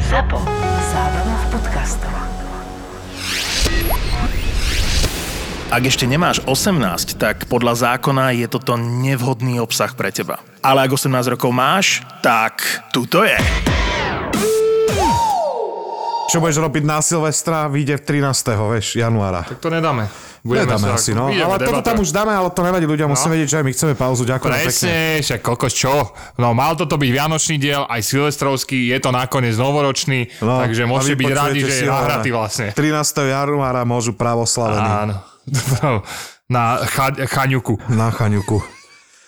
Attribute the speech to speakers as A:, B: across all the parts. A: Zapo. Zábrná v podcastov.
B: Ak ešte nemáš 18, tak podľa zákona je toto nevhodný obsah pre teba. Ale ak 18 rokov máš, tak tuto je.
C: Čo budeš robiť na Silvestra, vyjde 13. vieš, januára.
D: To nedáme.
C: Nedáme
D: sa-
C: asi, no.
D: ideme
C: Ale toto
D: debatovať.
C: tam už dáme, ale to nevadí ľudia, musíme vedieť, že aj my chceme pauzu, ďakujem pekne.
D: Presne, však kokos čo? No mal toto byť Vianočný diel, aj Silvestrovský, je to nakoniec novoročný,
C: No,
D: takže
C: a
D: môžete
C: vy
D: byť radi,
C: počujete
D: že
C: si
D: je
C: ho,
D: nahratý
C: áno.
D: vlastne.
C: 13. januára môžu pravoslavení
D: Áno. Na cha- chaňuku.
C: na Chaňuku.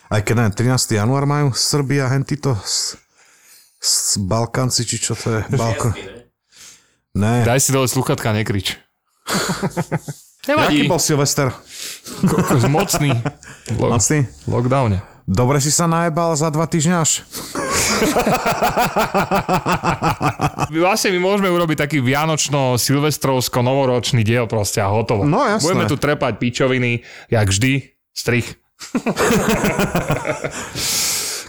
C: Aj keď neviem, 13. január majú Srbia, hentito, s, s Balkanci, či čo to je? Balkan. Ne.
D: Daj si dole sluchatka, nekrič.
C: Jaký
D: Nevadí,
C: bol Silvester?
D: kokos mocný. Lo-
C: Mocný?
D: Lockdowne.
C: Dobre si sa najebal za dva týždňa až?
D: Vlastne my môžeme urobiť taký vianočno-silvestrovsko-novoročný diel proste a hotovo.
C: No, jasné.
D: Budeme tu trepať pičoviny, jak vždy, strich.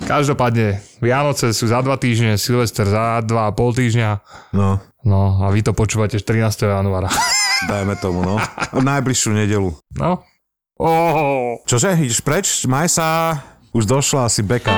D: Každopádne, Vianoce sú za dva týždne, Silvester za dva a pol týždňa.
C: No,
D: No a vy to počúvate 14. januára.
C: dajme tomu, no. Najbližšiu nedelu.
D: No. Oh.
C: Čože, ideš preč? Maj sa. Už došla asi beka.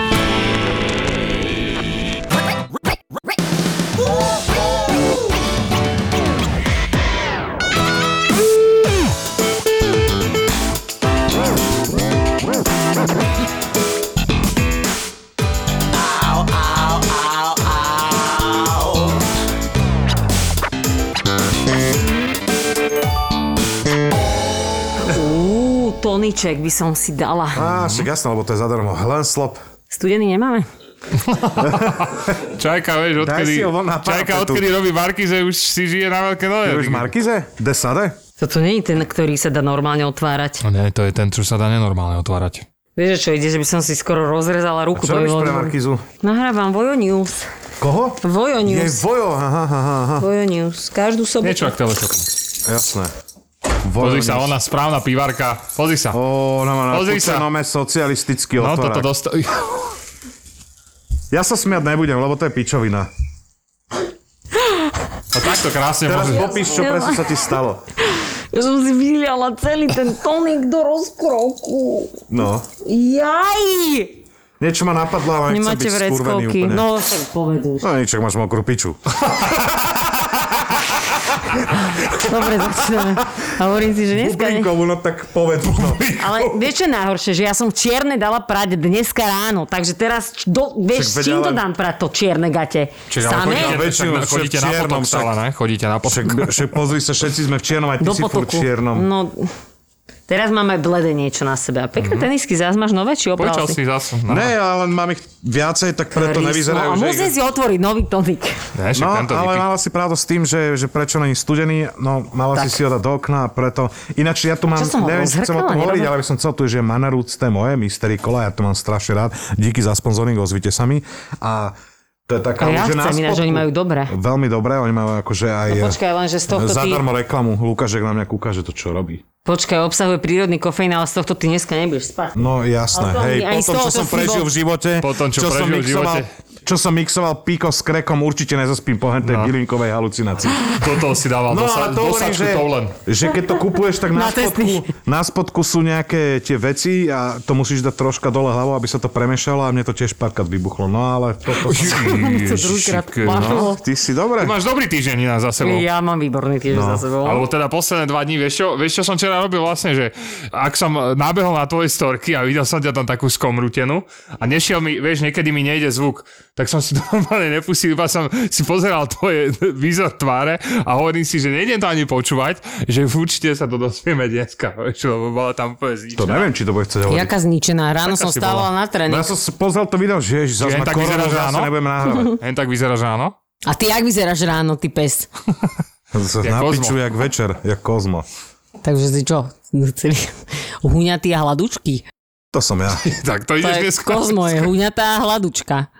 E: Uú, toniček by som si dala.
C: Á, však jasné, lebo to je zadarmo. Len slop.
E: Studený nemáme?
D: Čajka, vieš,
C: si
D: odkedy,
C: ho von na
D: čajka,
C: parapetu.
D: odkedy robí Markize, už si žije na veľké nohe.
C: Ty už Markize? Desade?
E: Toto nie je ten, ktorý sa dá normálne otvárať.
D: No nie, to je ten, čo sa dá nenormálne otvárať.
E: Vieš, že čo ide, že by som si skoro rozrezala ruku.
C: Čo
E: to by
C: robíš
E: bolo
C: pre
E: dobré.
C: Markizu?
E: Nahrávam Vojo News.
C: Koho?
E: Vojo
C: Je
E: News.
C: vojo, aha, aha, aha.
E: Vojo News. Každú sobotu.
D: Niečo ako telefon.
C: Jasné.
D: Pozri
C: Vojo,
D: sa, ona správna pivarka. Pozri sa.
C: Ó, ona má na
D: Pozri sa.
C: nome socialistický
D: No
C: otvorák.
D: toto dostal.
C: Ja sa smiať nebudem, lebo to je pičovina.
D: A No, takto krásne
C: Teraz
D: môže.
C: popíš, čo presne sa ti stalo.
E: Ja som si vyliala celý ten tonik do rozkroku.
C: No.
E: Jaj!
C: Niečo ma napadlo, ale nechcem
E: Nemáte
C: byť skurvený
E: vreckovky.
C: úplne.
E: No, však povedz už.
C: no nič, ak máš mokrú piču.
E: Dobre, začneme. A hovorím si, že dneska... Ne...
C: Bublinkovú, no tak povedz. No.
E: Ale vieš, čo je najhoršie? Že ja som čierne dala prať dneska ráno, takže teraz, č- do,
C: Však
E: vieš, s čím
C: vedia,
E: to
C: ale-
E: dám prať, to čierne gate?
D: Čiže ale
E: Samé?
D: chodíte,
C: väčšinu
D: tak na- chodíte
C: v
D: na
C: čiernom,
D: potok
C: však-
D: stále, ne? Chodíte na potok.
C: Však, však pozri sa, všetci sme v čiernom, aj ty
E: Do
C: si furt
E: potoku.
C: v čiernom.
E: No, teraz máme blede niečo na sebe. A
C: Mhm.
E: pekné mm-hmm. tenisky zás máš nové, či opral
D: Počal si
E: si?
D: zase. No.
C: Ne, ale mám ich viacej, tak preto
E: Krysno.
C: nevyzerajú,
E: No, A
C: že
E: musím
C: ich...
E: si otvoriť nový tonik.
D: Ne, však
C: No,
D: tento
C: ale
D: vypí.
C: mala si pravdu s tým, že, že prečo není studený, no mala si si ho dať do okna a preto... Ináč ja tu mám,
E: Čo som ho
C: neviem, či chcem o tom
E: rozhrkala,
C: hovoriť,
E: nerobím?
C: ale by som chcel tu, že Manaroots, to je moje, Mystery Cola, ja to mám strašne rád. Díky za sponzoring, ozvite sa mi. A to je taká
E: A ja
C: už je na
E: chcem, ináč
C: spodku.
E: oni majú dobré.
C: Veľmi dobré, oni majú akože aj...
E: No počkaj, lenže z tohto ty-
C: Zadarmo reklamu. Lukášek na mňa kúka, že to čo robí.
E: Počkaj, obsahuje prírodný kofeín, ale z tohto ty dneska nebudeš spať.
C: No jasné,
E: Ale to
C: hej,
E: mi aj
C: po
E: z
C: tom,
E: toho,
C: čo
E: čo
C: som
E: si
C: prežil
E: bol-
C: v živote,
D: Po tom, čo
C: som
D: prežil v
C: mixoval, čo som mixoval píko s krekom, určite nezaspím po hentej
D: No.
C: bylinkovej halucinácii.
D: Toto si dával
C: No
D: dosa,
C: ale to hovorím,
D: dosačku
C: že,
D: toulen.
C: že keď to kupuješ, tak na,
E: Na testy.
C: spodku, na spodku sú nejaké tie veci a to musíš dať troška dole hlavou, aby sa to premešalo a mne to tiež párkrát vybuchlo. No ale toto...
E: To druhýkrát
D: Ježišike, no.
E: plánulo.
C: Ty si dobre.
D: Ty máš dobrý týždeň iná za sebou.
E: Ja mám výborný týždeň
C: No.
E: za sebou.
D: Alebo teda posledné dva dní, vieš čo, vieš čo som včera robil vlastne, že ak som e, nabehol na tvoje storky a videl som ťa tam takú skomrutenú a nešiel mi, vieš, niekedy mi nejde zvuk, tak som si to normálne nepustil, iba som si pozeral tvoje výzor tváre a hovorím si, že nejdem to ani počúvať, že určite sa to dospieme dneska, vieš, lebo bola tam
C: To
D: úplne zničená.
C: neviem, či to bude chcieť hovoriť.
E: Jaká zničená. Ráno
D: Taká
E: som
D: si
E: stávala
C: No
E: na tréning.
C: ja som si pozrel to video, že ježiš, zase má
D: Čiže len tak vyzerá,
C: koronu,
D: že áno?
C: zase nebudem nahrávať.
D: Len tak vyzerá, že áno?
E: A ty jak vyzeráš ráno, ty pes?
C: Sa
D: Jak
C: napičujú jak večer, jak kozmo.
E: Takže si čo? Celý huňatý a hladučky.
C: To som ja.
D: Tak to
E: To
D: ideš
E: je
D: dneska.
E: kozmo, je huňatá hladučka.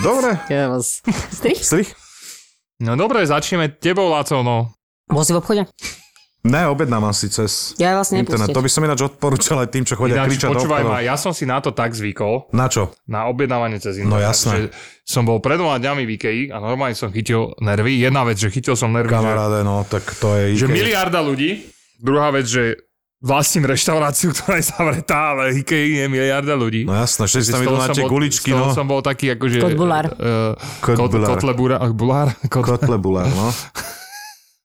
C: Dobre,
E: Ja vás- Strich?
C: strich.
D: No dobre, začneme tebou, Laco, no.
E: Bol si v obchode?
C: Ne, objednávam si cez
E: Ja vlastne vás
C: internet.
E: nepustíte.
C: To by som ináč odporúčal aj tým, čo chodia
D: Ináč,
C: kričať do
D: počúvaj ma,
C: obchodov.
D: ja som si na to tak zvykol,
C: Na čo?
D: na objednávanie cez internet.
C: No jasné.
D: Že som bol pred dvoma dňami v Ikei a normálne som chytil nervy. Jedna vec, že chytil som nervy, že,
C: Kamaráde, no, tak to je
D: že
C: Ikea.
D: miliarda ľudí. Druhá vec, že vlastním reštauráciu, ktorá je zavretá, ale Ikei je miliarda ľudí.
C: No jasné, všetci tam
D: Z
C: idú
D: toho
C: na
D: som
C: tie
D: bol-
C: guličky,
D: z toho
C: no.
D: som bol taký akože...
E: Kotbulár.
D: Uh,
C: Kotbulár.
D: Kotlebulár. Bulár, kot,
C: Kotlebulár, no.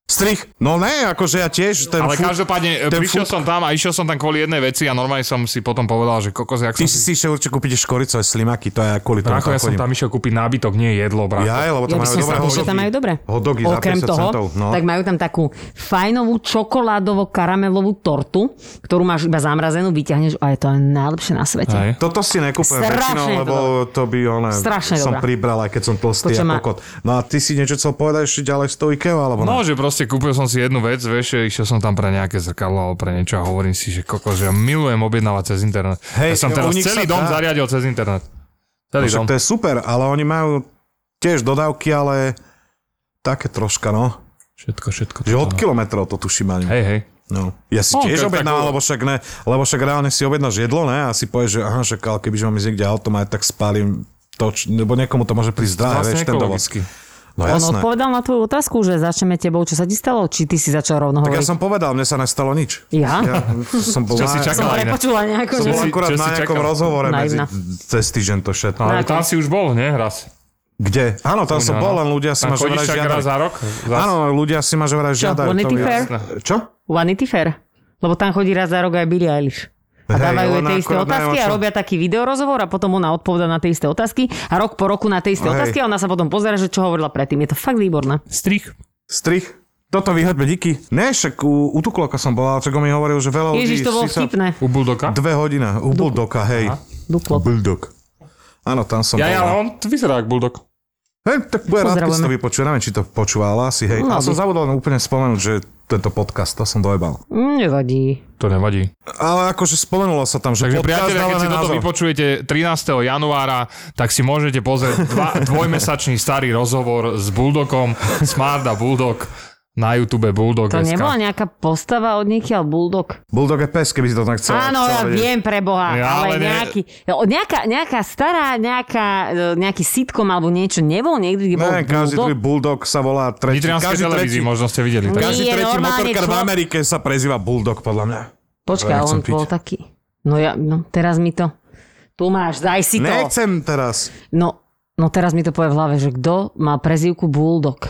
C: Strich? No ne, akože ja tiež ten
D: ale
C: fú-
D: každopádne, e,
C: ten fut-
D: prišiel som tam a išiel som tam kvôli jednej veci a normálne som si potom povedal, že kokos, jak
C: Ty
D: som
C: si si išiel určite kúpiť škoricové slimaky, to je aj kvôli tomu
D: Brácho, ja som
C: chodím.
D: tam išiel kúpiť nábytok, nie jedlo, brácho.
C: Jaj, lebo
E: Ja
C: tam
E: by
C: majú
E: som
C: dobré
E: sa že
C: hodogy.
E: tam majú dobre.
C: Hodogy za
E: Okrem
C: 50
E: toho,
C: centov, no.
E: tak majú tam takú fajnovú čokoládovo karamelovú tortu, ktorú máš iba zamrazenú, vyťahneš a je to aj najlepšie na svete.
D: Hej.
C: Toto si nekúpujem
E: Strašne
C: väčšinou,
E: je to
C: lebo to by ona,
E: Strašne
C: som
E: dobrá.
C: pribral, aj keď som tlstý
E: To, čo
C: a
E: má-
C: kokot. No a ty si niečo chcel povedať ešte ďalej z toho IKEA, alebo
D: No,
C: no,
D: že proste kúpil som si jednu vec, vieš, išiel som tam pre nejaké zrkadlo alebo pre niečo a hovorím si, že koko, že ja milujem objednávať cez internet.
C: Hej,
D: ja som
C: u
D: teraz
C: nich
D: celý
C: sa
D: dom
C: dá.
D: zariadil cez internet. Celý
C: No,
D: dom.
C: Však to je super, ale oni majú tiež dodávky, ale také troška, no.
D: Všetko, všetko.
C: Že od
D: toto.
C: kilometrov to tuším ani.
D: Hej, hej.
C: No. Ja si
D: No,
C: tiež
D: to je
C: objednám,
D: takú-
C: lebo však ne, lebo však reálne si objednáš jedlo, ne, a si povieš, že aha, však, ale kebyže mám ísť niekde autom aj tak spálim to, č- lebo niekomu to môže prísť drahé,
D: Vlastne
C: vieš, ten dovoz.
D: ekologicky.
C: No
E: On
C: jasné.
E: odpovedal na tvoju otázku, že začneme tebou, čo sa ti stalo, či ty si začal rovno
C: Tak ja
E: hovoriť.
C: som povedal, mne sa nestalo nič.
E: Ja?
C: Ja som bol,
D: Čo
C: na,
D: si čakal?
E: Som
D: Naivná.
E: prepočula nejako,
D: Som
E: že...
C: bol
D: si-
C: akurát
D: čo si
C: na nejakom
D: čakal?
C: rozhovore medzi,
E: Naivná.
C: cez týždeň to všetko.
D: Ale
E: Ako?
D: tam si už bol, nie? Raz.
C: Kde? Áno, tam som
D: Áno.
C: bol, len ľudia si
D: no. Tam
C: ma že
D: chodíš
C: vraj
D: však raz
C: žiadali.
D: za rok? Zas.
C: Áno, ľudia si ma že vraj žiadajú. to
E: Vanity
C: je
E: Fair?
C: jasné. Čo?
E: Vanity Fair. Lebo tam chodí raz za rok aj Billie Eilish. A
C: Hej,
E: dávajú jej
C: ona
E: tie isté
C: akurát
E: otázky
C: nevie, o
E: a
C: čom.
E: robia taký videorozhovor a potom ona odpoveda na tie isté otázky a rok po roku na tie isté
C: Hej.
E: otázky a ona sa potom pozera, že čo hovorila predtým. Je to fakt výborné.
D: Strich.
C: Strich? Toto vyhoďme, díky. Ne, však u, u Tukloka som bol, ale čak on mi hovoril, že veľa ľudí...
E: Ježiš, to bolo
C: síce-
E: vtipné.
D: U Buldoka?
C: Dve hodina. U Buldoka, hej.
E: Duklo.
C: Buldok. Áno, tam som
D: Ja, ja, ale
C: bol. no.
D: on vyzerá ako Buldok.
C: Hej, tak bude rád, keď si to
E: Pozdravujeme.
C: vypočuje. Neviem, či to počúvala asi,
D: No,
C: hej.
E: Mohla
C: A som
E: by.
C: zabudol úplne spomenúť, že tento podcast, to som dojebal.
E: Mm, nevadí.
D: To nevadí.
C: Ale akože spomenulo sa tam, že
D: Takže
C: podcast
D: priatelia, keď
C: dáva
D: si
C: na
D: toto
C: názov.
D: vypočujete 13. januára, tak si môžete pozrieť dva, dvojmesačný starý rozhovor s Buldokom, Smart a Buldok na YouTube Bulldog.
E: To nebola nejaká postava od niekiaľ Bulldog?
C: Bulldog je pes, keby si to tak chcel. chcel
E: Áno, ja
C: vedieť.
E: viem pre Boha,
D: Ja
E: ale
D: ale ne-
E: nejaký, jo, nejaká, nejaká stará, nejaká, e, nejaký sitcom alebo niečo, nebol niekdy, kde bol
C: Ne, každý
E: Bulldog?
C: druhý Bulldog sa volá tretí.
D: Nitrianskej
C: Každý
D: televízii
C: tretí,
D: možno ste videli. Tak.
C: každý
E: Nie,
C: tretí
E: normálne
C: motorkár v
E: človek-
C: Amerike sa prezýva Bulldog, podľa mňa.
E: Počkaj,
C: Ja nechcem
E: on
C: piť.
E: bol taký. No ja, no teraz mi to... Tu máš, daj si to.
C: Nechcem teraz.
E: No, no teraz mi to povie v hlave, že kto má prezývku Bulldog.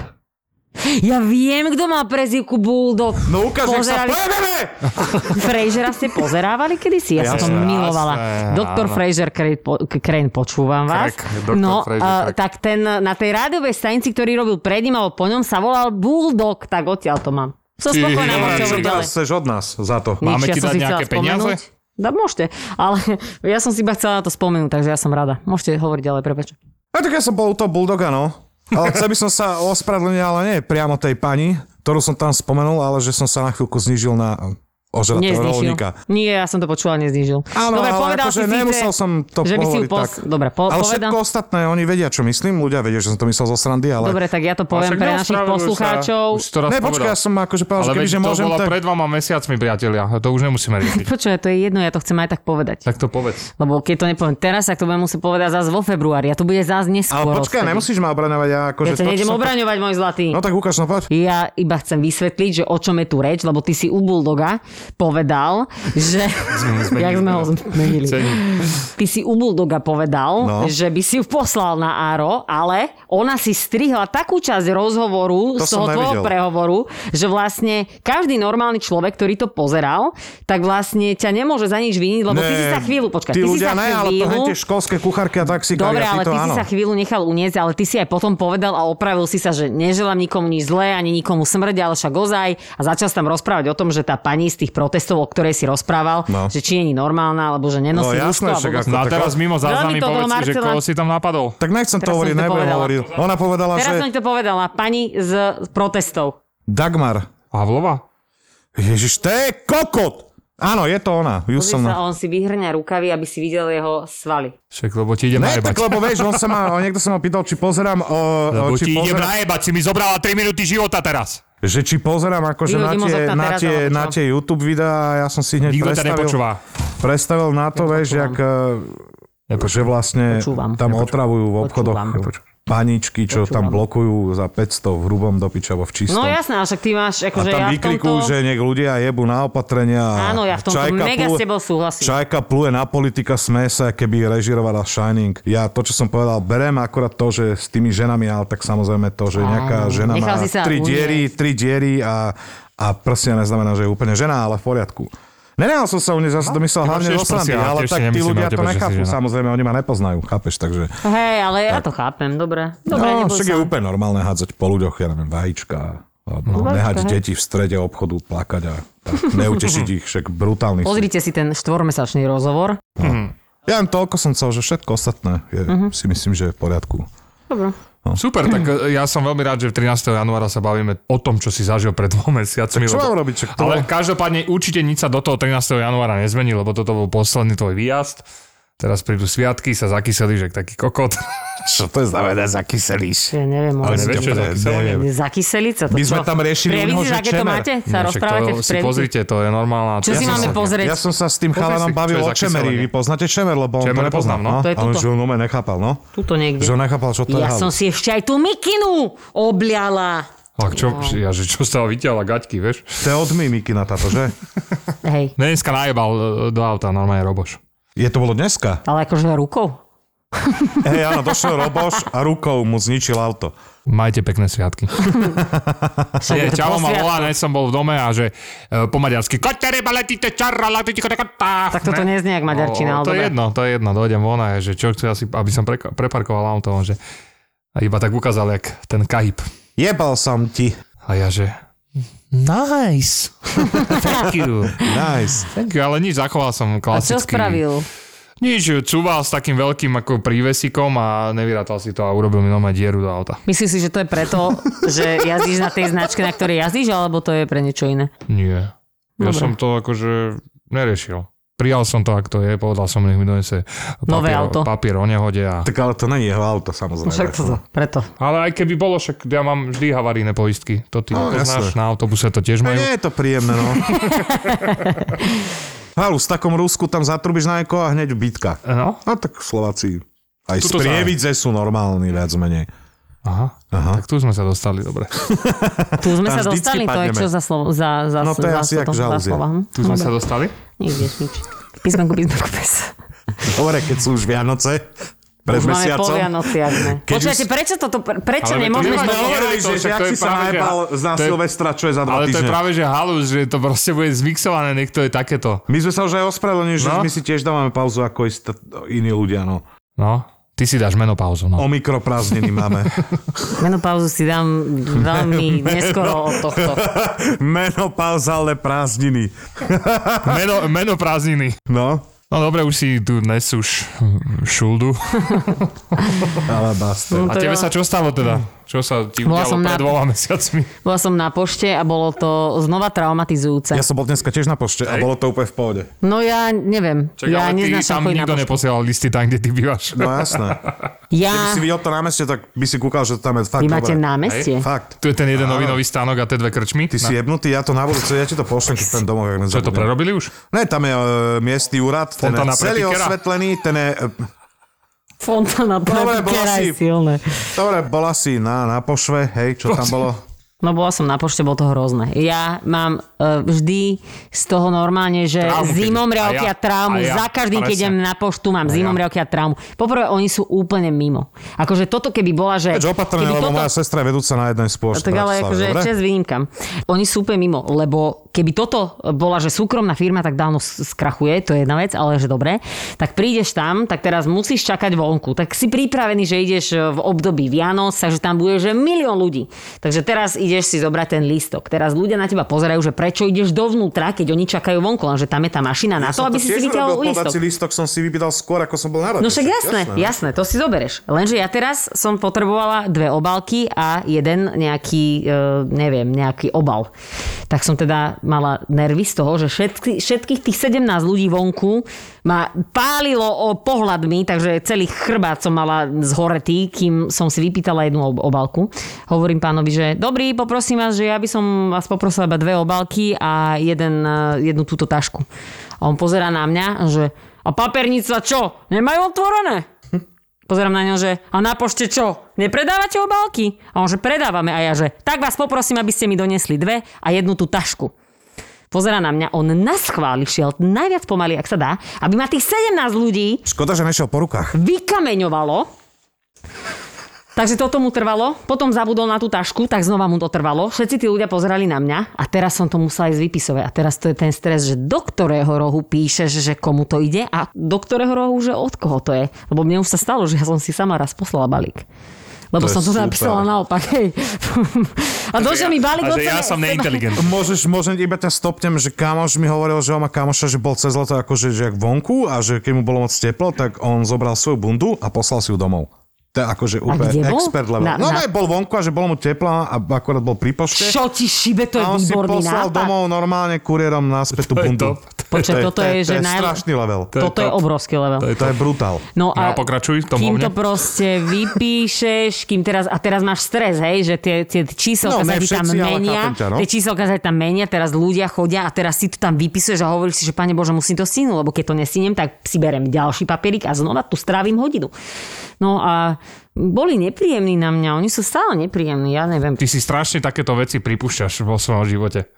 E: Ja viem, kto má prezývku Bulldog.
C: No ukáž, nech sa
E: Pozerali-
C: pojebeme!
E: Frasera ste pozerávali kedysi? Ja som to
D: Jasné,
E: milovala.
D: jasné,
E: Doktor
D: áno.
E: Fraser Crane, po- Crane, počúvam vás.
D: Crack, doktor
E: no,
D: Fraser
E: a,
D: Crack.
E: tak ten na tej rádiovej stanici, ktorý robil pred ním alebo po ňom, sa volal Bulldog, tak odtiaľ to mám. Som
D: Ty,
E: spokojná,
D: ja
E: môžem
D: som
E: hovoriť ďalej.
C: Teraz chceš od nás za to.
D: Máme
E: Nič,
D: ti
E: som
D: dať
E: si chcela
D: nejaké peniaze?
E: spomenúť. Da, môžete, ale ja som si iba chcela na to spomenúť, takže ja som rada. Môžete hovoriť ďalej, prepač.
C: A tak ja som bol u toho Bulldoga, no. Ale chcel by som sa ospravedlniť, ale nie priamo tej pani, ktorú som tam spomenul, ale že som sa na chvíľku znížil na eh, ožratého
E: Neznižil.
C: rolníka.
E: Nie, ja som to počula, neznižil.
C: Áno,
E: Dobre,
C: ale
E: povedal
C: akože
E: si síce,
C: nemusel som to
E: že by si ju
C: hovoriť
E: pos...
C: tak.
E: Dobre, po,
C: ale
E: povedal.
C: všetko ostatné, oni vedia, čo myslím. Ľudia vedia, že som to myslel zo srandy, ale...
E: Dobre, tak ja to
D: Ale
E: poviem
D: však
E: pre našich
D: neospravedlňuj sa.
E: poslucháčov.
D: Už si to raz
C: Ne, počkaj,
D: povedal.
C: ja som akože povedal, že
D: Ale
C: keby,
D: veď
C: že
D: to
C: môžem,
D: bolo
C: tak...
D: pred dvoma mesiacmi, priatelia. To už nemusíme riešiť.
E: Počuj, to je jedno, ja to chcem aj tak povedať.
D: Tak to povedz.
E: Lebo keď to nepoviem teraz, tak to budem musieť povedať zás vo februári a to bude zás neskôr.
C: Ale počkaj,
E: odtedy.
C: nemusíš ma obraňovať, ja akože...
E: Ja sa
C: to, čo
E: nejdem
C: som-
E: obraňovať, môj zlatý.
C: No tak ukáž, no poď.
E: Ja iba chcem vysvetliť, že o čom je tu reč, lebo ty si u Bulldoga povedal, že... Jak sme ho zmenili.
D: Cením.
E: Ty si u Bulldoga povedal,
C: No.
E: že by si ju poslal na Áro, ale ona si strihla takú časť rozhovoru
C: To
E: z
C: som
E: toho tvojho
C: nevidel.
E: prehovoru, že vlastne každý normálny človek, ktorý to pozeral, tak vlastne ťa nemôže za nič viniť, lebo No, ty si sa chvíľu, počkaj,
C: Tí
E: ty si
C: No, ľudia
E: sa
C: ne, ale to
E: chvíľu...
C: hente školské kuchárky a taxikári.
E: Dobre,
C: a
E: ale
C: títo,
E: ty si
C: áno.
E: sa chvíľu nechal uniesť, ale ty si aj potom povedal a opravil si sa, že neželám nikomu nič zlé, ani nikomu smrť, ale však ozaj. A začal si tam rozprávať o tom, že tá pani z tých protestov, o ktorej si rozprával,
C: No.
E: že či není normálna, alebo že
C: No
E: nenosí
C: jasné,
E: rúško. a
C: však
E: vôbec-
C: ako...
D: No a
C: tak-
D: teraz mimo záznamy
E: Veľmi to bolo,
D: povedz, že
E: Marcela.
D: koho si tam napadol.
C: Tak nechcem to
E: Teraz
C: hovoriť,
E: som to
C: nebudem
E: povedala.
C: hovoriť. Ona povedala,
E: Teraz
C: že
E: som ti to povedala, pani z protestov.
C: Dagmar.
D: Havlova?
C: Ježiš, to je kokot! Áno, je to ona. Ju
E: Pozri
C: som...
E: sa, on si vyhrňa rukavy, aby si videl jeho svaly.
D: Však, lebo ti idem
C: Ne, tak
D: najebať.
C: lebo vieš, on sa ma, niekto sa ma pýtal, či pozerám, o, o,
D: Lebo
C: či
D: ti idem
C: pozerám,
D: najebať, si mi zobrala 3 minúty života teraz.
C: Že či pozerám akože na
E: Vyhodí
C: tie,
E: mozog na
C: na,
E: teraz,
C: tie,
E: alebo čo?
C: na tie YouTube videá a ja som si hneď
D: Nikto ťa
C: predstavil,
D: nepočúva.
C: predstavil na to, vieš, jak, e, že vlastne
E: Počúvam.
C: tam otravujú v obchodoch
E: Počúvam.
C: paničky, čo tam
E: Počúvam.
C: blokujú za 500 v hrubom do piča, alebo v čistom.
E: No jasné, ale však ty máš,
C: a
E: akože
C: tam
E: ja v
C: vyklikujú,
E: tomto...
C: že nech ľudia jebu na opatrenia. a
E: Áno, ja v tomto
C: čajka
E: mega s
C: pluje-
E: tebou súhlasím.
C: Čajka pluje na politika, smeje sa, keby režirovala Shining. Ja to, čo som povedal, berem akorát to, že s tými ženami, ale tak samozrejme to, že nejaká
E: Áno,
C: žena
E: nechal
C: má
E: si sa
C: tri
E: unieť.
C: diery, tri diery a, a prsia neznamená, že je úplne žena, ale v poriadku. Nenehal som sa u nej, zase to myslel hlavne do
D: máš No, tiež
C: srandy,
D: prsia,
C: ale
D: tiež si
C: tak tí
D: nemyslíme
C: ľudia
D: o
C: to
D: tebe, že si
C: nechápu,
D: žena.
C: samozrejme, oni ma nepoznajú, chápeš, takže...
E: Hej, ale ja to chápem, dobre. Dobre,
C: No,
E: neboj
C: však
E: sa. No,
C: je úplne normálne hádzať po ľuďoch, ja neviem, vajíčka, alebo
E: Vajíčka,
C: nehať
E: hej.
C: deti v strede obchodu, plakať a tak, neutešiť ich, však brutálny. sú.
E: Pozrite si ten štvormesačný rozhovor.
C: Ja len toľko som chcel, že všetko ostatné je,
E: Mhm.
C: si myslím, že je v poriadku.
E: Dobre.
D: Super, tak e, ja som veľmi rád, že 13. januára sa bavíme o tom, čo si zažil pred dvoma mesiacmi.
C: Čo
D: lebo-
C: mám robiť? Čak to...
D: Ale každopádne určite nič sa do toho 13. januára nezmení, lebo toto bol posledný tvoj výjazd. Teraz prídu sviatky, sa zakyseli, že taký kokot.
C: čo to je znamená zakyselíš?
E: Ja neviem,
C: Ale
E: ale
D: nevieš, čo je
C: pre-
D: zakyselenie?
C: neviem.
E: Zakyselica to
C: My sme
E: čo?
C: tam riešili
E: Prievidzi,
C: Inhože
E: No, aké to
C: Čemer.
E: máte? Sa
D: No, však
E: rozprávate
D: to
E: v
D: si
E: prievidzi?
D: pozrite, to je normálna...
E: Čo si
D: Ja som
E: máme
D: sa-
E: pozrieť?
C: Ja som sa s tým
D: Pozri
C: chalanom
D: si,
C: bavil
D: čo je
C: o Čemeri.
D: zakyselenie.
C: Vy poznáte Čemer, lebo on to
D: Čemer
C: nepoznal.
D: poznám, no.
E: To je
C: A on
E: tuto.
C: že on nome nechápal, no.
E: Tuto niekde.
C: Že on nechápal, čo to je.
E: Ja som si ešte aj tú mikinu obliala.
D: A čo, ja, že čo sa vyťala gaťky, vieš?
C: To je od Mimikina táto, že?
E: Hej.
D: Dneska najebal e, do auta normálne Roboš.
C: Je to bolo dneska.
E: Ale akože rukou.
C: Hej, áno, došiel Roboš a rukou mu zničil auto.
D: Majte pekné sviatky. Nie,
E: je to
D: ťavo ma
E: posviatok.
D: volá, než som bol v dome a že e, po maďarsky Kotareba letíte čarra letíte
E: Tak toto neznie jak maďarčina, ale
D: To je
E: dobre.
D: jedno, to je jedno, dojdem von a je, že čo chce asi, aby som preka- preparkoval auto, on že a iba tak ukázal, jak ten kahyb.
C: Jebal som ti.
D: A ja že Nice. Thank you.
C: Nice.
D: Thank you, ale nič, zachoval som
E: A čo
D: klasický.
E: spravil?
D: Nič, cúval s takým veľkým ako prívesikom a nevyratal si to a urobil mi normálne dieru do auta.
E: Myslíš si, že to je preto, že jazdíš na tej značke, na ktorej jazdíš, alebo to je pre niečo iné?
D: Nie. Ja
E: Dobre.
D: som to akože neriešil. Prijal som to, ak to je, povedal som, nech mi donese
E: Nové
D: papier,
E: auto.
D: papier o nehode. A...
C: Tak ale to není jeho auto, samozrejme.
E: Však to, preto.
D: Ale aj keby bolo, však ja mám vždy havaríne poistky. To ty
C: No,
D: no, poznáš,
C: jasné.
D: na autobuse to tiež
C: No,
D: majú.
C: nie je to príjemné, no. Halu, s takom Rusku tam zatrubíš na eko a hneď bitka.
D: No,
C: No tak Slováci aj z
D: Tuto za-
C: Prievidze sú normálni viac menej.
D: aha. aha. Tak tu sme sa dostali, dobre.
E: Tu sme
C: Tam
E: sa
C: vždycky
E: dostali, to je
C: padneme.
E: čo za slovo. Za, za,
C: No to je
E: za,
C: asi
E: za,
C: jak
E: to- za
C: žalúzie.
E: slova, hm?
D: Tu sme
E: Dobre.
D: sa dostali.
E: Nejdeš nič. Písmenku, písmenku, pes.
C: Dobre, keď sú už Vianoce, pred
E: Už máme po
C: mesiacom.
E: Vianociach. sme.
C: Keď už-
E: Počujete, prečo toto, pre- prečo
D: Ale veď to
E: nemôžeme
D: nemá-
E: sme...
D: ale-
C: No, Hovorili, že
D: No, To však
C: jak
D: to je
C: si sa
D: práve, že-
C: najebal na
D: to je-
C: Silvestra, čo je za dva
D: Ale to je
C: týždne.
D: práve, že halus, že to proste bude zmixované, nech to je takéto.
C: My sme sa už aj ospravedlnili, že
D: No.
C: my si tiež dávame pauzu ako ist- iní ľudia, no.
D: No, ty si dáš menopauzu,
C: O
D: no.
C: mikroprázdniny máme.
E: Menopauzu si dám veľmi neskoro od tohto.
C: Menopauzálne prázdniny.
D: Meno, menoprázdniny.
C: No,
D: No dobre, už si tu nesúš mm, šuldu.
C: ale basta.
D: A
E: No To
D: tebe
E: ja-
D: sa čo stalo teda? Čo sa ti
E: Bola
D: udialo
E: som
D: pred
E: na-
D: dvoma mesiacmi?
E: Bola som na pošte a bolo to znova
C: Ja
E: traumatizujúce.
C: som bol dneska tiež na pošte a bolo to úplne v pohode.
E: No ja neviem.
D: Čak,
E: ja
D: ale ty tam
E: neznášam chodiť na
D: nikto
E: poštu.
D: neposielal listy tam, kde ty bývaš.
C: No jasné. Keby
E: Ja...
C: si videl to na meste, tak by si kúkal, že to tam je fakt
E: Vy máte
C: dobre.
E: námestie?
C: Fakt.
D: Tu je ten jeden novinový stánok a tie dve krčmy.
C: Ty si jebnutý, ja to na budúce, ja ti to pošlem, keď ten domov. jak
D: Čo to
C: nezabudnem.
D: prerobili už?
C: Ne, tam je e, miestny úrad, ten
D: Fontána
C: je
D: pre
C: celý
D: pikera.
C: osvetlený, ten je... e,
E: Fontana, to
C: Dobre,
E: je
C: bola
E: Pikera je
C: si-
E: silné.
C: Dobre, bola si na, na pošve, hej, čo tam bolo?
E: No bola som na pošte, bolo to hrozné. Ja mám uh, vždy z toho normálne, že
D: Traumu,
E: traumu,
D: keď-
E: zimom
D: a
E: riavky
D: ja-
E: a traumu.
D: a ja,
E: Ja, Za každým, keď
D: presne.
E: idem na poštu, mám zimom
D: ja.
E: riavky a traumu. Poprvé, oni sú úplne mimo. Akože toto, keby bola, že...
C: Takže opatrne,
E: keby
C: lebo moja sestra je vedúca na jednej No spôsob.
E: tak ale akože čest výnimkám. Oni sú úplne mimo, lebo keby toto bola, že súkromná firma, tak dávno s- skrachuje, to je jedna vec, ale že dobre. Tak prídeš tam, tak teraz musíš čakať vonku. Tak si pripravený, že ideš e, v období Vianoc, takže tam bude, že milión ľudí. Takže teraz ideš si zobrať ten lístok. Teraz ľudia na teba pozerajú, že prečo ideš dovnútra, keď oni čakajú vonku, lenže tam je tá mašina
C: No
E: na to, aby si si vyťahol lístok.
C: Podací lístok som si vypýtal skôr, ako som bol na rade.
E: No však jasné, jasné, to si zoberieš. Lenže ja teraz som potrebovala dve obálky a jeden nejaký, e, neviem, nejaký obal. tak som teda mala nervy z toho, že všetky, všetkých tých 17 ľudí vonku ma pálilo o pohľadmi, takže celý chrbát som mala zhoretý, kým som si vypýtala jednu ob- obálku. Hovorím pánovi, že dobrý, poprosím vás, že ja by som vás poprosila iba dve obálky a jeden, eh, jednu túto tašku. A on pozera na mňa, že a papernica čo? Nemajú otvorené? Pozerám na ňo, že a na pošte čo? Nepredávate obálky? A on, že predávame. A ja, že tak vás poprosím, aby ste mi donesli dve a jednu tú tašku. Pozera na mňa, on na schváli šiel najviac pomaly, ak sa dá, aby ma tých 17 ľudí
C: Škoda, že nešiel po rukách.
E: vykameňovalo. Takže toto mu trvalo, potom zabudol na tú tašku, tak znova mu to trvalo. Všetci tí ľudia pozerali na mňa a teraz som to musela ísť vypisovať. A teraz to je ten stres, že do ktorého rohu píšeš, že komu to ide a do ktorého rohu, že od koho to je. Lebo mne už sa stalo, že ja som si sama raz poslala balík. Lebo
C: To je
E: som to
C: super.
E: napísala naopak. Hej. a došiel mi balík
D: A
E: od
D: že ja
E: sebe-
D: som
E: seba-
D: neinteligentný.
C: Môžeš, môžem iba ťa stopnem, že kamoš mi hovoril, že on má kamoša, že bol cez leto akože že jak vonku a že keď mu bolo moc teplo, tak on zobral svoju bundu a poslal si ju domov. To je akože úplne
E: kde bol?
C: expert level.
E: Na-
C: no
E: na-
C: ne, bol vonku a že bolo mu teplo a akorát bol pri pošte.
E: Čo ti šibe, to je
C: a on si
E: výborný
C: poslal
E: nápad.
C: domov normálne kuriérom naspäť tú
D: To je
C: bundu.
D: top.
E: Počkaj,
C: To je-
E: toto
C: to
E: je,
C: je- to
E: že
C: je
E: naj-
C: strašný level.
D: je
E: Toto je
D: top.
E: obrovský level.
C: To je brutál.
E: No
D: No
E: a,
D: a pokračuj v tom
E: kým
D: hovne.
E: to proste vypíšeš, kým teraz, a teraz máš stres, hej, že tie, tie číselka
C: No,
E: sa
C: ne
E: ti tam
C: všetci, ale
E: menia,
C: chápem ťa, no.
E: tie číselka sa ti tam menia, teraz ľudia chodia a teraz si to tam vypisuješ a hovoríš si, že pane Bože, musím to stínuť, lebo keď to nestínem, tak si berem ďalší papierik a znova tu strávim hodinu. No a boli nepríjemní na mňa, oni sú stále nepríjemní, ja neviem.
D: Ty si strašne takéto veci pripúšťaš vo svojom živote.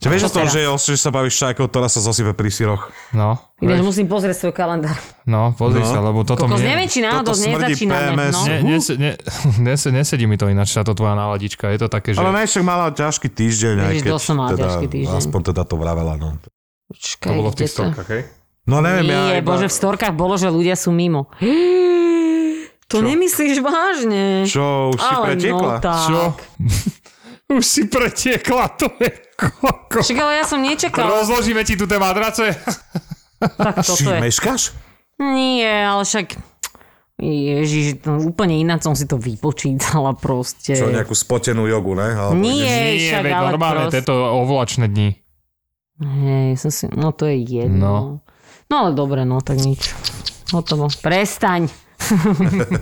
C: Čo vieš o
E: Čo
C: tom,
E: teraz?
C: že, je os- že sa bavíš šajkou, ktorá sa zosype pri síroch?
D: No. Vieš,
E: Ináč musím pozrieť svoj kalendár.
D: no, pozri sa, lebo toto
E: Kokos,
D: mne...
E: neviem, či náhodou
C: Toto smrdí
E: nezačíname.
C: PMS.
E: No.
D: Ne, nes, ne, nes, nesedí mi to ináč, táto tvoja náladička. Je to také, že...
C: Ale ne, však mala ťažký týždeň, aj
E: Ježiš,
C: keď
E: dosť som mala
C: teda,
E: ťažký týždeň.
C: aspoň teda to vravela. No,
E: Počkaj,
D: to bolo v
E: kde
D: tých storkách, hej?
C: no neviem, ja
E: Nie,
C: iba...
E: bože, v storkách bolo, že ľudia sú mimo. To Čo? nemyslíš vážne.
C: Čo, už si
E: ale
C: pretiekla?
E: No, tak.
D: Čo? Už si pretiekla, to je koko.
E: Však ale ja som nečakala.
D: Rozložíme ti tu tie madrace.
E: tak
C: Či
E: toto je.
C: meškáš?
E: Nie, ale však... Ježiš, no, úplne ináč som si to vypočítala proste.
C: Čo, nejakú spotenú jogu, ne? Alebo
E: Nie, však
D: veď
E: ale
D: normálne,
E: proste.
D: tieto ovolačné dni.
E: Hej, som si... No to je jedno. No. no ale dobre, no tak nič. Hotovo. Prestaň.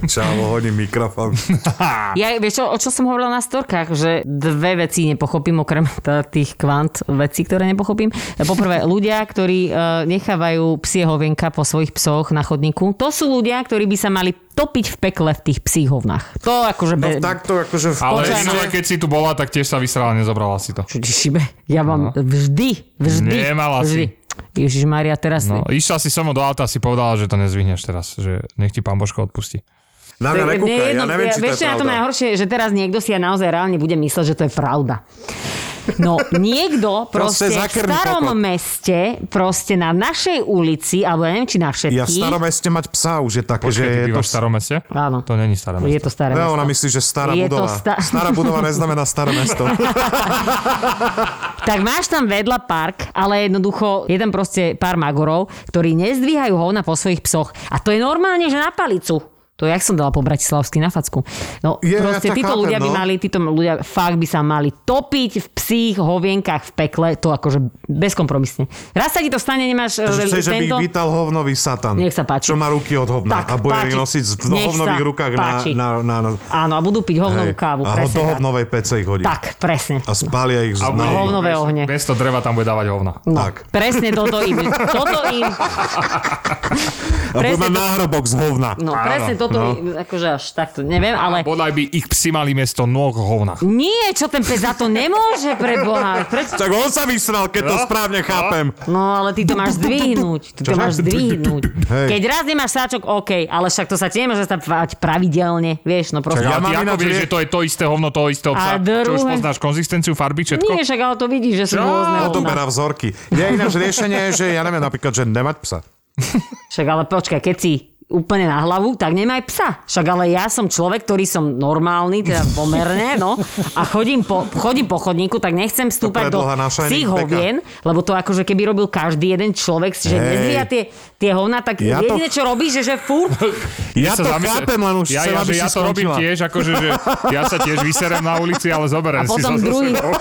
C: Čavo, hodí mikrofón.
E: Ja, vieš čo, o čo som hovorila na storkách, že dve veci nepochopím, okrem t- tých kvant vecí, ktoré nepochopím. Poprvé, ľudia, ktorí e, nechávajú psie hovienka po svojich psoch na chodníku, to sú ľudia, ktorí by sa mali topiť v pekle v tých psích hovnách. To akože...
C: No
E: Be-
C: takto akože... V...
D: Ale
E: Počkaj,
D: minule,
E: no.
D: keď si tu bola, tak tiež sa vysrala, nezobrala si to.
E: Čo ti šibe? Ja vám no. vždy, vždy,
D: Nemala
E: vždy.
D: si.
E: Ježiš Maria, teraz...
D: No,
E: No.
D: išla si so mnou do auta a si povedala, že to nezvihneš teraz, že nech ti pán Božko odpustí.
C: Na mňa nekúkaj, ja neviem, či to je
E: na tom
C: pravda.
E: najhoršie, je, že teraz niekto si ja naozaj reálne bude mysleť, že to je pravda. No, niekto proste,
C: Proste
E: v
C: zakrmi
E: starom
C: kokot.
E: meste, proste na našej ulici, alebo ja neviem, či na všetkých.
C: Ja v starom meste mať psa už je také, že
D: Počkej,
C: je
D: ty
C: to...
D: bývaš v starom meste?
E: Áno.
D: To není staré
E: Je
D: mesto.
E: to
C: Ne,
E: staré mesto.
C: No, ona myslí, že stará
E: Je to
C: budova.
E: sta-
C: Stará budova neznamená staré mesto.
E: Tak máš tam vedľa park, ale jednoducho je tam proste pár magorov, ktorí nezdvíhajú hovna po svojich psoch. A to je normálne, že na palicu. To jak som dala po Bratislavsky na facku. No
C: Je, ja
E: proste
C: to
E: títo
C: chápem,
E: ľudia by
C: no.
E: mali, títo ľudia fakt by sa mali topiť v psích hovienkách v pekle, to akože bezkompromisne. Raz sa ti to stane, nemáš
C: Že
E: eh,
C: Chceš, že by ich vítal hovnový satan.
E: Nech sa
C: Čo
E: páči.
C: má ruky od hovna a
E: Tak,
C: bude
E: páči.
C: ich nosiť v
E: Nech
C: hovnových
E: sa
C: rukách
E: páči.
C: na, na, na, na
E: Áno, a budú piť hovnovú kávu.
C: a ho
E: presne
C: do
E: tak.
C: hovnovej pece ich hodí.
E: Tak, presne.
C: A spália ich z
D: A
C: nohy.
E: hovno- Hovnové ohne.
D: Mesto dreva tam bude dávať hovna.
E: No,
C: Tak.
E: presne toto im. Toto im.
C: A budú mať
E: presne to-
C: náhrobok z hovna.
E: No,
D: Áno,
E: presne toto
D: no.
E: im. Akože až takto, neviem, ale...
D: Podaj by ich psi mali miesto nôh hovna.
E: Nie, čo ten pes za to nemôže, preboha. Prečo?
C: Tak on sa vysral, keď to
D: No.
C: správne chápem.
E: No, ale ty to máš zdvihnúť. Ty to
C: Čo?
E: máš zdvihnúť.
C: Hej.
E: Keď raz nemáš sáčok, OK, ale však to sa ti nemôže stávať pravidelne, vieš, no
D: Čak,
E: proste.
C: Ja
D: ja ale ty
C: mám
D: ako
C: ináč
D: vieš,
C: rie-
D: že to je to isté hovno toho istého
E: A
D: psa? Čo už
E: druhé-
D: poznáš konzistenciu, farby, všetko?
E: Nie, však ale to vidíš, že sú
D: Čo?
E: rôzne
C: To
D: no.
E: hovna.
C: berá vzorky. Je ináč riešenie, že ja neviem, napríklad, že nemať psa.
E: Však ale počkaj, keď si úplne na hlavu, tak nemaj psa. Však ale ja som človek, ktorý som normálny, teda pomerne, no, a chodím po, chodím po chodníku, tak nechcem vstúpať do
C: predloha na Shining
E: psích
C: Backa.
E: hovien, lebo to akože keby robil každý jeden človek,
C: Hej.
E: že nezvíja tie, tie hovna, tak
C: Ja
E: ja
C: to-
E: jediné, čo robí, že, že furt
C: Ja to chápem, len už
D: ja,
C: chcem,
D: ja,
C: aby
D: že
C: si
D: ja to robím
C: skončila.
D: tiež, akože, že ja sa tiež vyserem na ulici, ale zoberiem si sa
E: potom
D: so
E: druhý.
D: sebou.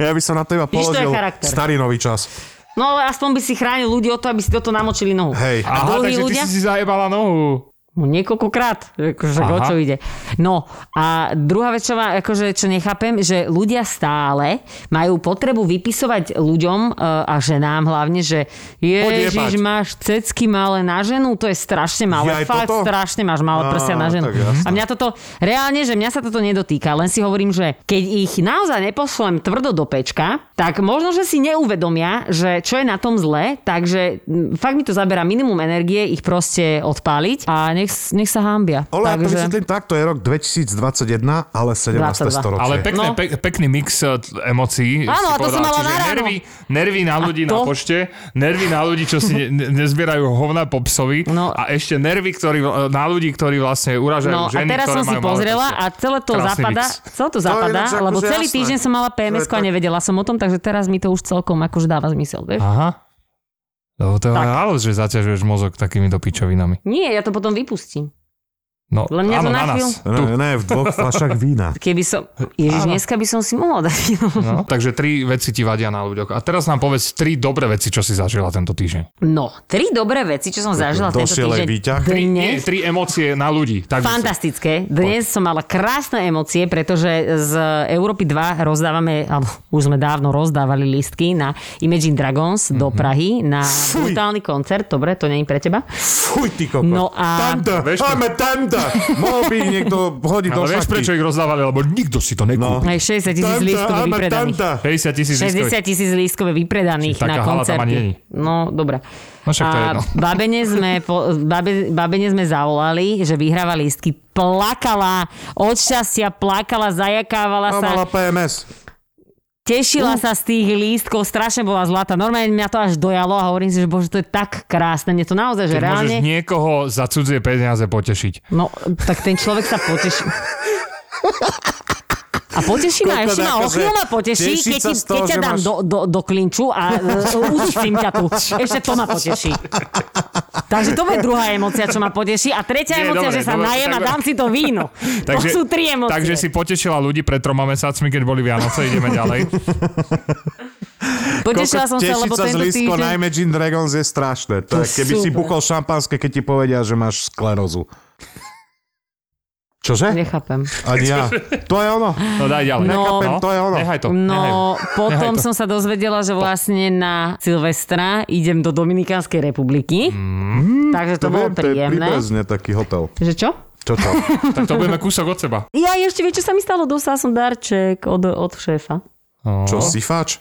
C: Ja by som na teba
E: Vidíš, to je
C: položil
E: charakter.
C: starý nový čas.
E: No ale aspoň by si chránil ľudí o to, aby si toto namočili nohu.
C: Hej.
E: A
D: Aha, takže
E: druhí
D: ty
E: ľudia?
D: si si zajebala nohu.
E: No, niekoľkokrát, akože o
D: Aha.
E: čo ide. No a druhá vec, čo, ma, akože, čo nechápem, že ľudia stále majú potrebu vypisovať ľuďom e, a ženám hlavne, že ježiš, máš cecky malé na ženu, to je strašne malé,
C: Jaj,
E: fakt
C: toto?
E: strašne máš malé
C: Á,
E: prsia na ženu.
C: tak jasné.
E: A mňa toto, reálne, že mňa sa toto nedotýka, len si hovorím, že keď ich naozaj nepošlem tvrdo do pečka, tak možno, že si neuvedomia, že čo je na tom zle, takže mm, fakt mi to zabera minimum energie ich proste odpáliť a nech, nech sa hámbia.
C: Ale ja to
E: takže...
C: vysvetlím takto, je rok 2021, ale 17.
E: 22.
C: storočie.
D: Ale pekné,
E: No.
D: no. pek, pekný mix eh, t- emócií. si
E: Áno, a to som
D: povedala.
E: mala
D: Čiže
E: na ráno.
D: nervy, nervy na ľudí na
E: to?
D: pošte, nervy na ľudí, čo si ne, ne- nezbierajú hovna po psovi
E: No.
D: a ešte nervy ktorí, eh, na ľudí, ktorí vlastne uražajú
E: No
D: ženy,
E: a teraz
D: ktoré
E: som si
D: majú malé
E: pozrela
D: prsia.
E: a celé to
D: Krásny
E: zapadá,
D: mix.
E: celé to
C: je
E: zapadá,
C: ináč akože
E: lebo celý
C: jasné.
E: týždeň som mala
C: To je
E: PMS a
C: tak.
E: nevedela som o tom, takže teraz mi to už celkom akože dáva zmysel, vieš?
D: Aha. Lebo to je
E: Tak.
D: halus, že zaťažuješ mozog takýmito pičovinami.
E: Nie, ja to potom vypustím.
D: No,
E: Len mňa to
D: áno,
E: na
D: na nás.
E: chvíľu-
C: Ne, ne, v dvoch flašách vína.
E: Keby som... Ježiš,
D: Áno.
E: dneska by som si mohla dať víno.
D: No. Takže tri veci ti vadia na ľuďoch. A teraz nám povedz tri dobré veci, čo si zažila tento týždeň.
E: No, tri dobré veci, čo som zažila tento
C: Došiel aj
E: týždeň.
C: výťah.
D: Tri, nie,
E: Dnes,
D: tri emócie na ľudí. Tak by som-
E: fantastické. Dnes som mala krásne emócie, pretože z Európy 2 rozdávame, alebo už sme dávno rozdávali listky na Imagine Dragons
C: Mhm.
E: do Prahy na brutálny koncert. Dobre, to není pre teba.
C: Fuj, ty kokos.
E: No a-
C: Tanda,
D: Vieš-
C: máme tanda. Mohol by ich niekto hodiť do
D: No, Ale
C: šaky.
D: vieš, prečo ich rozdávali? Lebo nikto si to
C: No.
D: nekúpil.
E: Aj 60 tisíc
C: Tanda,
E: lístkov
C: áme
E: vypredaných.
C: tanda.
D: 50 tisíc
E: 60
D: 60...
E: tisíc lístkov je vypredaných
D: Čiže taká
E: na
D: hala tam ani není.
E: koncerty. No, dobre.
D: No však to je jedno.
E: babene sme, po, babe, babene sme zavolali, že vyhráva lístky. Plakala, od šťastia plakala,
C: A
E: zajakávala sa.
C: mala PMS.
E: Tešila sa z tých lístkov, strašne bola zlatá. Normálne mňa to až dojalo a hovorím si, že bože, to je tak krásne. Mne to naozaj, že
D: Ty môžeš
E: reálne...
D: niekoho za cudzie peniaze potešiť.
E: No, tak ten človek sa poteší. A poteší ma,
C: Koľko
E: ešte ma
C: dáka,
E: o chvíľu
C: že
E: ma poteší,
C: tešiť
E: keď,
C: sa
E: ti-
C: z toho,
E: keď ťa
C: že
E: dám
C: máš-
E: do, do, do klinču a uh, utisím ťa tu. Ešte to ma poteší. Takže to bude druhá emocia, čo ma poteší. A tretia
D: Nie,
E: emocia,
D: dobre,
E: že sa
D: dobre,
E: najem a
D: tak-
E: dám si to víno. to sú tri emócie.
D: takže si potešila ľudí pred troma mesiacmi, keď boli Vianoce, ideme ďalej.
E: Potešila som sa,
C: tešiť
E: lebo
C: sa z
E: tento
C: lístko na
E: týždeň...
C: Imagine Dragons je strašné. To
E: To
C: je, keby si
E: super.
C: buchol šampanské, keď ti povedia, že máš sklerózu. Čože?
E: Nechápem.
C: Ani ja. To je ono.
D: No daj ďalej.
E: No. Nechápem,
C: to je ono.
D: Nechaj to. nechaj.
E: No, potom
D: Nehaj to.
E: som sa dozvedela, že vlastne na Silvestra idem do Dominikánskej republiky. takže to, bolo
C: viem, to je
E: príjemné.
C: príbezne taký hotel.
E: Že čo?
C: Čo to?
D: Tak to budeme kúsok od seba.
E: Ja ešte, vieš, čo sa mi stalo? Dostala som darček od, od šéfa. No.
C: Čo, sifáč?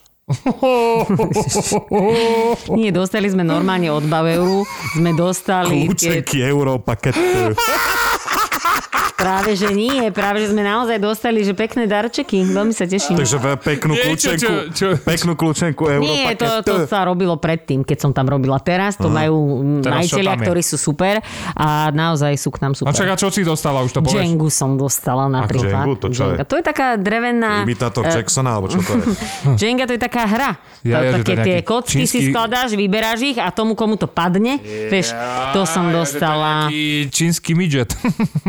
E: Nie, dostali sme normálne od Baueru, sme dostali... tie-
C: Kľúčenky Európa, keď...
E: Práve, že nie, práve, že sme naozaj dostali, že pekné darčeky. Veľmi sa teším.
C: Takže ve- peknú
D: Nie, čo,
C: kľúčenku,
D: čo, čo?
C: peknú kľúčenku Európa,
E: Nie, to,
C: keď...
E: to sa robilo predtým, keď som tam robila. Teraz to majú mm,
D: Teraz čo
E: majiteľia,
D: tam je?
E: ktorí sú super a naozaj sú k nám
D: No
E: super.
D: čaká, čo si dostala, už to povieš.
E: Jengu som dostala napríklad.
C: Jengu? To čo je?
E: Jenga. to je taká drevená...
C: Imitátor Jacksona, alebo čo to je?
E: Hm. Jenga Eh, to je taká hra.
D: Ja,
E: Ja,
D: ja, že to je
E: také tie
D: nejaký
E: kocky si
D: čínsky-
E: skladáš, vyberáš ich a tomu, komu to padne, vieš, to som dostala.
D: I čínsky midget.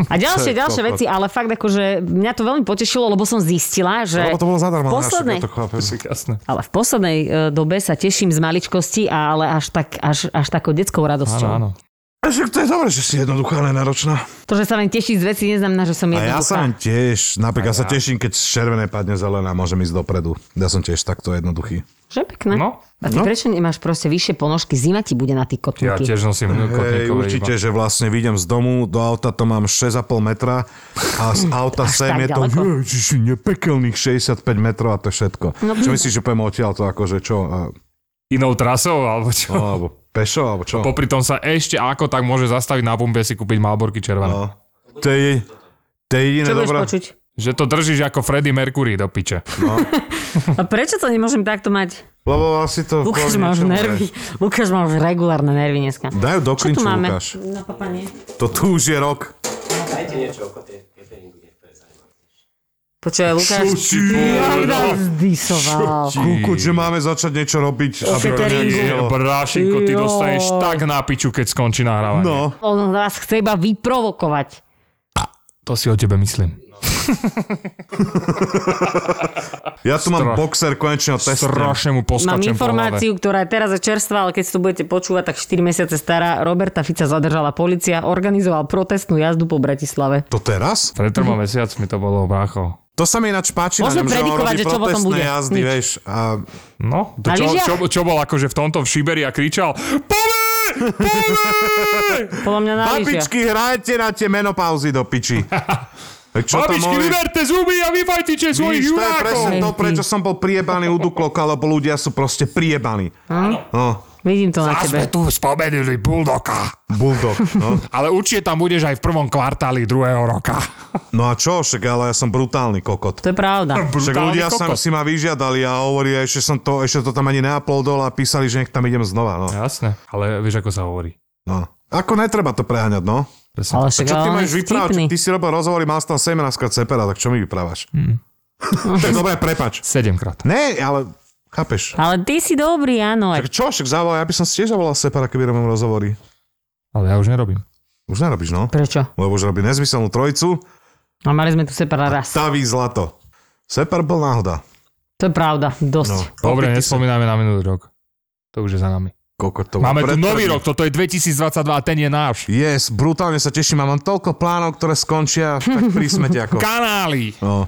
E: A
C: To
E: ďalšie,
C: je
E: ďalšie
C: kokot.
E: veci, ale fakt akože mňa to veľmi potešilo, lebo som zistila, že...
C: Lebo to bolo zadarmo.
E: v
C: na
E: poslednej,
C: našej, ja to chápem.
D: Jasné.
E: ale v poslednej e, dobe sa teším z maličkosti, ale až, tak, až, až takou detskou radosťou.
D: Áno, áno.
C: A Však to je dobré, že si jednoduchá, ale náročná.
E: To, že sa len teší z veci, neznamená, že som
C: A ja
E: jednoduchá.
C: sa len tiež, napríklad ja. sa teším, keď z červenej padne zelená, môžem ísť dopredu. Ja som tiež takto jednoduchý.
E: Že pekné.
D: No.
E: A ty
C: No.
E: prečo nemáš proste vyššie ponožky? Zima ti bude na ty
D: Ja
E: kotníky.
D: tiež nosím
C: Hej,
D: kotníkové
C: určite,
D: iba.
C: že vlastne vyjdem z domu, do auta to mám 6,5 metra a z auta sem
E: tak
C: je to
E: ďaleko?
C: ježiši, nepekelných 65 metrov a to je všetko.
E: No,
C: čo
E: blbá.
C: myslíš, že poviem odtiaľ to akože čo, a-
D: Inou trasou, alebo čo?
C: alebo pešo, alebo čo?
D: Popri tom sa ešte ako tak môže zastaviť na pumpe si kúpiť malborky červené.
C: No. To je, to je jediné
E: Čo budeš
C: dobré.
E: počuť?
D: Že to držíš ako Freddy Mercury do piče.
E: A prečo to nemôžem takto mať?
C: Lebo asi to... kvôli
E: Lukáš má už
C: niečomu
E: nervy. Lukáš má už regulárne nervy dneska.
C: je. Dajú do
E: Čo tu
C: klinču,
E: máme?
C: Lukáš.
E: Na papanie.
C: To tu už je rok.
E: Počúaj, Lukáš, Lukáš zdisoval.
C: Kúkuť, že máme začať niečo robiť. Aby to
E: cateringu.
C: nevyznelo.
D: Brášinko, ty
E: Joj.
D: dostaneš tak na piču, keď skončí nahrávanie.
C: No.
E: On vás chce iba vyprovokovať.
D: To si o tebe myslím.
C: Ja tu mám
D: Stra-
C: boxer konečne testem.
D: Strašne mu
E: Mám
D: poskačem po hlave.
E: informáciu, ktorá je teraz je čerstvá, ale keď si to budete počúvať, tak 4 mesiace stará. Roberta Fica zadržala policia, organizoval protestnú jazdu po Bratislave.
C: To teraz?
D: Pred troma mesiacmi to bolo brácho.
C: To sa mi ináč páči na ňom, že
E: Môžeme
C: on
E: predikovať,
C: robí
E: že čo potom
C: protestné
E: bude.
C: jazdy,
E: Nič.
C: vieš. A
D: No, to
E: Na
D: čo,
E: lyžiach?
D: čo, čo, bol akože v tomto v Šiberi a kričal Pome!
E: Podľa mňa na lyžiach.
C: Babičky, hrajte na tie menopauzy do piči. Tak čo to
D: Babičky,
C: môj...
D: vyberte zuby a vyfajtiče svojich
C: Vidíš, to je
D: junákov!
C: presne to,
E: Hej, ty.
C: prečo som bol priebaný u Dukloka, lebo ľudia sú proste priebaní. No,
E: Vidím to na tebe.
D: tu spomenuli Bulldoga.
C: bulldog. No.
D: Ale určite tam budeš aj v prvom kvartáli druhého roka.
C: no a čo, však ale ja som brutálny kokot.
E: To je pravda.
C: Však
D: Brutálny
C: ľudia sa,
D: kokot.
C: si ma vyžiadali a hovorí, ešte, som to, ešte to tam ani neaplodol a písali, že nech tam idem znova. No.
D: Jasné, ale vieš, ako sa hovorí.
C: no. Ako netreba to preháňať, no.
D: Presne.
E: Ale
D: Ale...
E: však
C: Čo
E: ale
C: ty
E: on
C: máš
E: je vtipný.
C: vyprávať? Ty si robil rozhovory, mal si tam 17 krát cepera, tak čo mi vyprávaš? tak dobre, prepač.
D: Hm. Sedemkrát.
C: Ne, ale chápeš.
E: Ale ty si dobrý, áno.
C: Tak čo, však zavolaj, ja by som si tiež zavolal separa, keby robím rozhovory.
D: Ale ja už nerobím.
C: Už nerobíš, no?
E: Prečo?
C: Lebo už robí nezmyselnú trojicu.
E: A mali sme tu separa raz.
C: Taví zlato. Separ bol náhoda.
E: To je pravda,
C: No,
E: dosť.
D: Dobre,
C: Opýtaj sa,
D: nespomíname na minulý rok. To už je za nami.
C: koľko to bolo
D: Máme tu
C: predtým.
D: nový rok, toto je 2022 a ten je náš.
C: Yes, brutálne sa teším a mám toľko plánov, ktoré skončia tak pri smete ako...
D: Kanály!
C: No.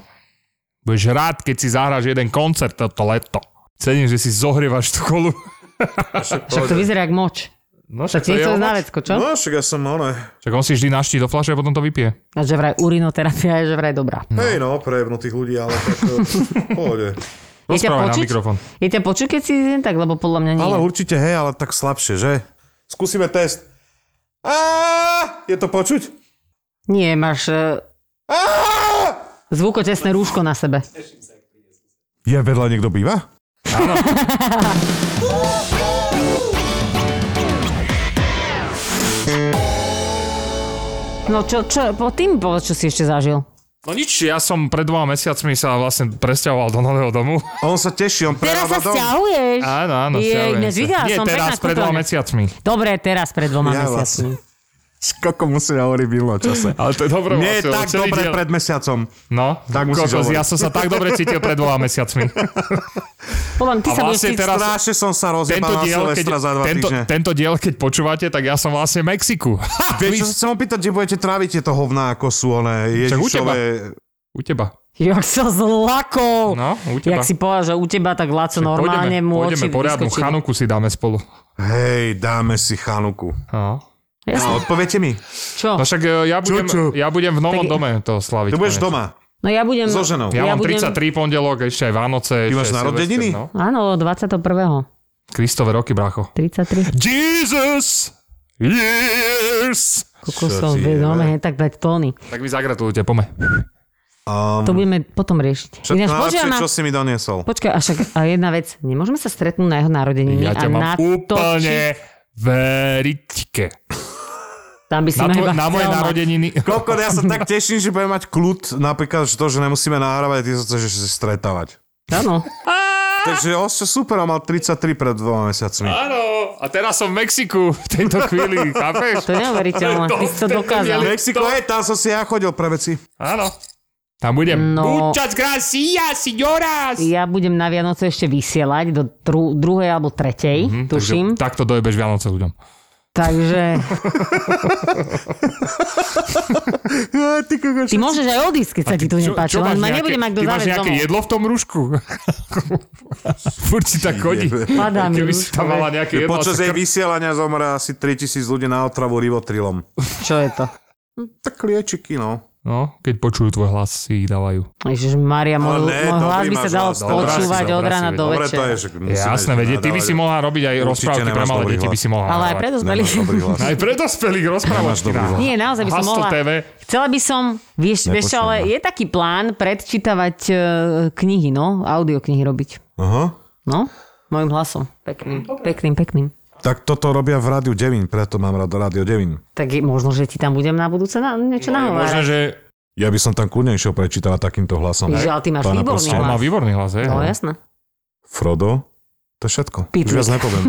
D: Budeš rád, keď si zahráš jeden koncert toto leto. Cením, že si zohrievaš tú kolu.
E: Však to vyzerá jak moč.
D: No,
E: Tak ti je to znávecko, čo?
C: no, však ja som, ono,
D: Čak on si vždy naští do fľaše a potom to vypije.
C: No.
E: A že vraj urinoterapia je že vraj dobrá.
C: hej no, prejebnutých ľudí, ale tak to... pohode.
E: Je ťa
D: Rozprávaj na
E: počuť?
D: mikrofón.
E: Je ťa počuť, keď si jen tak, lebo podľa mňa nie.
C: Ale určite, hej, ale tak slabšie, že? Skúsime test. Á, je to počuť?
E: Nie, máš eh,
C: Á!
E: zvukotesné rúško na sebe.
C: Je vedľa niekto býva?
E: No čo, čo, po tým povedz, čo si ešte zažil.
D: No nič, ja som pred dvoma mesiacmi sa vlastne presťahoval do nového domu.
C: On sa teší, on
E: Teraz
C: prerába
E: sa
C: dom.
E: stiahuješ.
D: Áno, áno,
E: Je,
D: stiahujem
E: ináč
D: sa.
E: videla
D: Nie,
E: som
D: teraz
E: pekná
D: pred dvoma
E: kúpeľňa.
D: mesiacmi.
E: Dobre, teraz pred dvoma
C: Ja
E: mesiacmi.
C: Koľko musí hovoriť v minulom čase.
D: Ale to je dobré.
C: Nie je
D: vlastne,
C: tak
D: celý
C: dobre
D: diel-
C: pred mesiacom.
D: No,
C: Tak musíš
D: kokos,
C: hovoriť.
D: ja som sa tak dobre cítil pred dvoma mesiacmi.
E: Podľa mňa ty
D: A
E: sa budeš
D: vlastne
E: cítiť...
D: teraz-
C: Strašne som sa
D: Tento
C: rozjebal na
D: diel, keď,
C: Silvestra za dva
D: tento,
C: týždne.
D: tento diel, keď počúvate, tak ja som vlastne v Mexiku. Ha,
C: Vieš,
D: vy-
C: čo sa chcem opýtať, kde budete tráviť tieto hovná, ako sú oné
D: Však u teba.
C: Ježišové...
D: U teba.
E: Jak sa zlakol.
D: No, u teba.
E: Jak si povedal, že u teba tak Laco
D: pôjdeme,
E: normálne mu
D: pôjdeme
E: oči
D: poriadnu
E: vyskočili.
D: chanuku si dáme spolu.
C: Hej, dáme si chanuku.
D: No.
C: A
E: Jasne.
C: odpoviete mi,
E: Čo?
D: No však e, ja budem,
C: Čuču.
D: ja budem v novom
E: Tak-
D: dome to
C: ty
D: slaviť.
C: budeš
D: konečne.
C: doma.
E: No ja budem...
C: So ženou.
D: Ja, mám
E: budem-
D: 33 pondelok, ešte aj
C: Ty
D: Vánoce. ešte
C: máš
D: aj
C: narodeniny?
D: Silvester, No.
E: Áno, 21.
D: Kristové roky, bracho.
E: 33.
D: Jesus! Yes!
E: Kokosov,
C: ti
E: vie,
C: jebe?
E: normálne tak dať tóny.
D: Tak vy zagratulujte, pome.
E: To budeme potom riešiť.
C: Čo,
D: no,
E: Ináč,
C: najlepšie,
E: počujem, na-
C: čo si mi doniesol?
E: Počkaj, a však a jedna vec, nemôžeme sa stretnúť na jeho narodeniny
D: Ja
E: a
D: ťa
E: na
D: mám
E: To,
D: úplne veriťke.
E: či... Tam by si
D: Na,
E: ma
D: tvo-
E: iba
D: na
E: chcel
D: moje
E: mať.
D: narodeniny.
C: Koľko, ja sa tak teším, že budem mať kľud, napríklad že to, že nemusíme nahrávať, ty sa chceš ešte stretávať.
E: Áno.
C: Takže osťo super, on mal 33 pred dvoma mesiacmi.
D: Áno, a teraz som v Mexiku v tejto chvíli, chápeš?
E: To je neuveriteľné,
D: To-
E: ty si to
D: to- to-
E: dokázal.
D: to-
C: Mexiko, hej, tam som si ja chodil pre veci.
D: Áno. Tam budem.
E: No.
D: Muchas gracias, señoras!
E: Ja budem na Vianoce ešte vysielať do dru- druhej alebo tretej, mm-hmm, tuším.
D: Mhm, Takže takto dojebeš Vianoce ľuďom.
E: Takže
C: Ja, ty kokos.
E: ty môžeš aj odísť, keď sa ti to no nepáči. Len ma nebude mať kto
D: ty máš
E: zavesť
D: nejaké
E: domov.
D: jedlo v tom rúšku? Furt si tak chodí.
E: Padá mi
D: Keby
E: už,
D: si tam
E: ale
D: mala nejaké jedlo.
C: Počas
D: asi
C: jej
D: kr-
C: vysielania zomre asi 3000 ľudí na otravu rivotrilom.
E: Čo je to?
C: Tak Hm, liečiky, no.
D: No, keď počujú tvoj hlas, si ich dávajú.
E: Ježiš Maria,
C: Ale No, ne,
E: môj, môj
C: dobrý
E: hlas by sa
C: máš
E: dal
C: hlas, dobrá
E: počúvať
D: si,
E: od
D: dobrá
E: rána
D: si,
E: do
C: Dobre to
E: večera.
C: je, že musíme
D: Jasné,
C: ísť
D: vedie, ty by
C: nadávať.
D: si mohla robiť aj
C: Určite
D: rozprávky
C: nemáš
D: pre malé
C: dobrý
D: deti, by
C: hlas.
D: si mohla No,
E: Ale aj pre dospelých.
C: Nemáš no, dobrý hlas.
D: Aj pre dospelých rozprávačky.
C: dobrý hlas.
E: Nie, naozaj by som
D: Hastl
E: mohla.
D: TV.
E: Chcela by som, vieš, vieš čo,
C: Nepočujem
E: ale
C: ma.
E: je taký plán predčítavať e, knihy, no, audioknihy robiť.
C: Aha.
E: No, mojim hlasom. Pekným, pekným, pekným.
C: Tak toto robia v Rádiu Devín, preto mám rád Rádio Devín.
E: Tak je, možno, že ti tam budem na budúce na, niečo no,
D: Možno,
E: nahovárať.
D: že...
C: Ja by som tam kľudne išiel prečítavať takýmto hlasom.
E: Ježiš, ale ty máš
C: Pána
E: výborný
C: prstov.
D: On má
E: hlas.
D: výborný hlas, je.
E: No, jasné.
C: Frodo, to je všetko.
E: Pitlík.
C: Už viac nepoviem.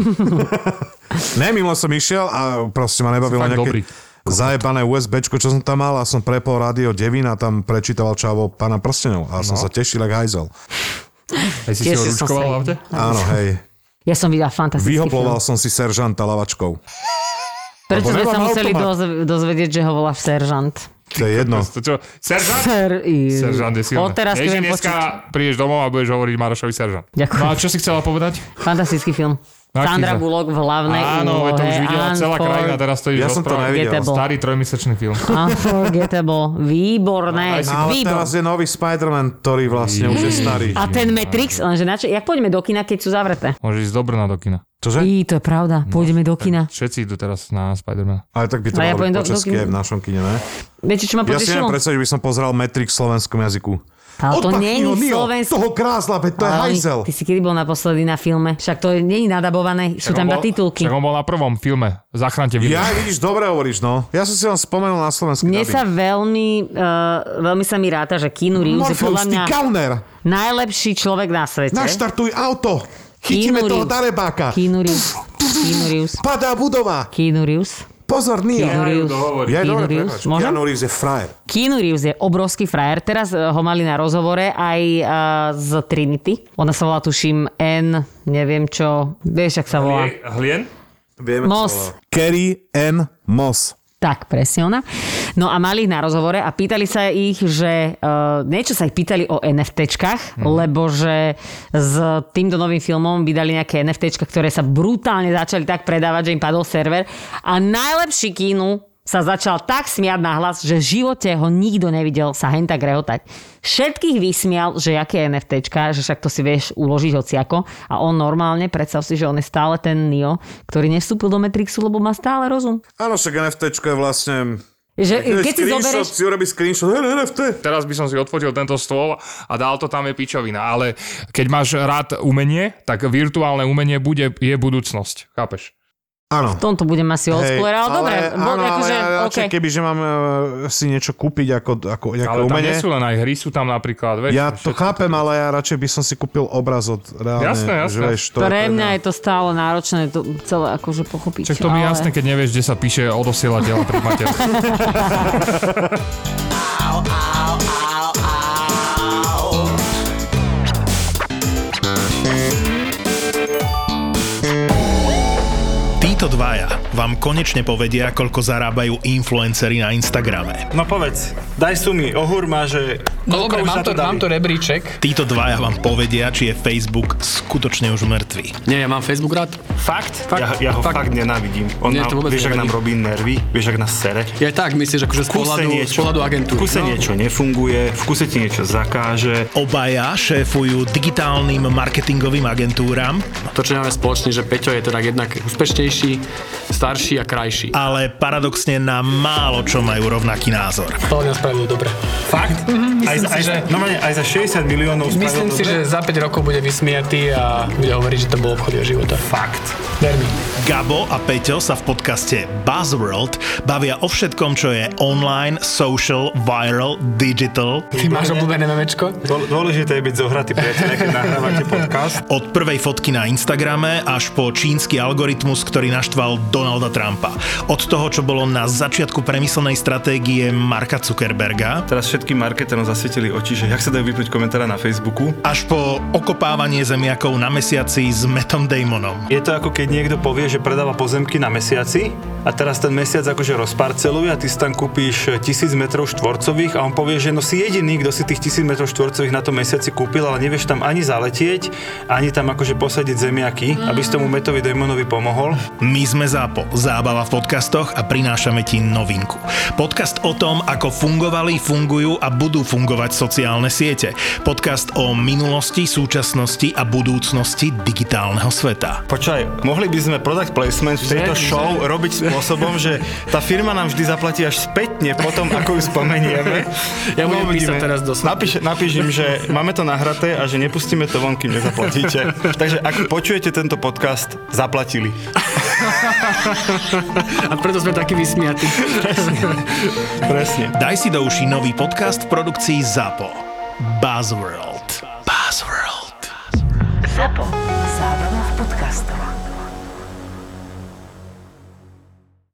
C: ne, milo som išiel a proste ma nebavilo
D: Fakt dobrý.
C: nejaké zajebané USBčko, čo som tam mal a som prepol rádio 9 a tam prečítal čavo pána prstenov a som
D: No.
C: sa tešil, ak hajzel.
D: Aj si si ho
E: Tiež si som
D: ručkoval
E: sa-
D: v aute?
C: Áno, hej.
E: Ja som videla fantastický film.
C: Vyhoploval som si seržanta lavačkou.
E: Prečo
D: lebo
E: sme sa
D: nemám
E: museli
D: automat.
E: dozve- dozvedieť, že ho voláš seržant?
C: To je jedno.
D: To čo? Seržant?
E: Ser... i-
D: Seržant je silné.
E: Od teraz
D: Ježi,
E: keď viem
D: dneska
E: počuť.
D: prídeš domov a budeš hovoriť Marošovi seržant.
E: Ďakujem.
D: No a čo si chcela povedať?
E: Fantastický film.
D: Aký
E: Sandra
D: za-
E: Bullock v hlavnej
D: Áno,
E: úlohe.
D: veď to už videla celá krajina, teraz to ideš
C: Ja som to
D: rozprávať.
C: nevidel.
E: Getable.
D: Starý trojmesačný film.
E: Unforgettable. Výborné.
D: Aj si-
C: Ale
E: Výbor.
C: teraz je nový Spider-Man, ktorý vlastne už je starý.
E: A ten Matrix, lenže na čo, jak poďme do kina, keď sú zavreté?
D: Môžeš ísť do Brna do kina.
C: Čože?
E: I, to je pravda, pôjdeme do kina.
D: Všetci idú teraz na Spidermana.
C: Ale tak by to
E: A ja
C: malo byť
E: poviem
C: po
E: do- do
C: česky
E: kina.
C: aj v našom kine, ne?
E: Viete, čo ma
C: Ja si neviem
E: potešilo?
C: predstaviť, že by som pozeral Matrix v slovenskom jazyku.
E: Ale to
C: Odpachni
E: nie
C: ho,
E: je
C: Neo,
E: slovenské.
C: Toho krásla, veď to je hajzel.
E: Ty si kedy bol naposledy na filme? Však to nie je nadabované, sú tam iba titulky.
D: Však on bol na prvom filme. Zachránte videa.
C: Ja, vidíš, dobre hovoríš, no. Ja som si len spomenul na slovenský
E: Mne sa veľmi, uh, veľmi sa mi ráta, že Keanu Reeves je podľa
C: Morpheus, ty
E: mňa
C: gauner,
E: najlepší človek na svete.
C: naštartuj auto. Chytíme
E: Keanu
C: toho
E: Reeves.
C: darebáka.
E: Keanu Reeves. Keanu Reeves.
C: Padá budova.
E: Keanu Reeves.
C: Pozor, Neo.
E: Keanu Reeves.
C: Ja,
E: Keanu
C: dobre,
E: Reeves.
C: prepáč.
E: Môžem?
C: Keanu Reeves je frajer.
E: Keanu Reeves je obrovský frajer. Teraz eh, ho mali na rozhovore aj eh, z Trinity. Ona sa volá, tuším, N, neviem čo. Vieš, ak sa volá.
D: Hlien?
C: Vieme,
E: Moss.
C: čo volá. Kerry N. Moss.
E: Tak, presne ona. No a mali ich na rozhovore a pýtali sa ich, že uh, niečo sa ich pýtali o NFTčkách, lebo že s týmto novým filmom vydali nejaké NFTčka, ktoré sa brutálne začali tak predávať, že im padol server. A najlepší kínu sa začal tak smiať na hlas, že v živote ho nikto nevidel sa hen tak rehotať. Všetkých vysmial, že aké je NFTčka, že však to si vieš uložiť hociako a on normálne, predstav si, že on je stále ten Neo, ktorý nevstúpil do Matrixu, lebo má stále rozum.
C: Áno, však NFTčko je vlastne...
E: Že keď si
C: Screenshot,
E: zoberieš...
C: Si urobí screenshot, hej, NFT.
D: Teraz by som si otvoril tento stôl a dal to tam je pičovina. Ale keď máš rád umenie, tak virtuálne umenie bude, je budúcnosť. Chápeš?
C: Áno.
E: V tomto budem asi old
C: Hej,
E: school, ale dobre. bo-
C: áno,
E: akože,
C: ale ja radšej
E: okej.
C: keby, že mám e, si niečo kúpiť ako, ako, ako
D: Ale tam
C: umenie.
D: nie sú len aj hry, sú tam napríklad, vieš.
C: Ja to chápem, ale ja radšej by som si kúpil obraz od reálne.
D: Jasné, jasné.
C: Že vieš, to no.
E: Pre mňa je
C: je...
E: to stále náročné to celé akože pochopiť.
D: Čak to mi je
E: ale-
D: jasné, keď nevieš, kde sa píše odosielateľ pri mater.
B: Títo dvaja vám konečne povedia, koľko zarábajú influencery na Instagrame.
F: No povedz, daj sumy, ohurma, že
G: No dobre,
F: koľko už
G: mám
F: na to
G: tu, mám
F: dali.
G: tu rebríček.
B: Títo dvaja vám povedia, či je Facebook skutočne už mŕtvy.
G: Nie, ja mám Facebook rád.
F: Fakt? fakt? Ja, ja ho fakt, fakt nenávidím. On
G: Mne
F: nám,
G: to vôbec
F: vieš, ak nám
G: nevadí.
F: robí nervy, vieš, ak nás sere.
G: Je tak, myslíš, akože z pohľadu, z pohľadu agentúry.
F: v kuse
G: no.
F: niečo nefunguje, v kuse ti niečo zakáže.
B: Obaja šéfujú digitálnym marketingovým agentúram,
G: no. To, čo máme spoločne, že Peťo je teda jednak úspešnejší, starší a krajší. A
B: ale paradoxne na málo čo majú rovnaký názor.
G: podľa mňa spravil dobre.
F: Fakt? Aj,
G: myslím
F: za-
G: si,
F: aj, za-
G: že-
F: normálne, aj za 60 miliónov spravil
G: Myslím si,
F: dobre?
G: že za 5 rokov bude vysmiatý a bude hovoriť, že to bol obchod jeho života.
F: Fakt.
G: Ver mi.
B: Gabo a Peťo sa v podcaste Buzzworld bavia o všetkom, čo je online, social, viral, digital,
G: Ty máš obľúbené memečko?
F: Dôl- Dôležité je byť zohratý, priateľe, keď nahrávate podcast.
B: od prvej fotky na Instagrame až po čínsky algoritmus, ktorý naštval Donalda Trumpa. Od toho, čo bolo na začiatku premyslenej stratégie Marka Zuckerberga,
F: Teraz všetkým marketerom zasvietili oči, že jak sa dajú vypliť komentára na Facebooku.
B: až po okopávanie zemiakov na mesiaci s Metom Damonom.
F: Je to ako keď niekto povie, že predáva pozemky na mesiaci a teraz ten mesiac akože rozparceluje a ty si tam kúpíš 1000 m štvorcových a on povie, že no si jediný, kto si tých 1000 m štvorcových na tom mesiaci kúpil, ale nevieš tam ani zaletieť, ani tam akože posadiť zemiaky, aby si tomu metovi démonovi pomohol.
B: My sme ZAPO, zábava v podcastoch a prinášame ti novinku. Podcast o tom, ako fungovali, fungujú a budú fungovať sociálne siete. Podcast o minulosti, súčasnosti a budúcnosti digitálneho sveta.
F: Počkaj, mohli by sme product placement v tejto show robiť spôsobom, že tá firma nám vždy zaplatí až spätne potom, ako ju spomenieme.
G: Ja budem písať
F: Uvidíme.
G: teraz do sna-
F: Napíš, napíš im, že máme to nahraté a že nepustíme to von, kým nezaplatíte. Takže ak počujete tento podcast, zaplatili.
G: A preto sme takí vysmiatí.
F: Presne.
B: Daj si do uší nový podcast v produkcii ZAPO. Buzzworld. Buzzworld.
A: Zapo. Zábrná v podcastovách.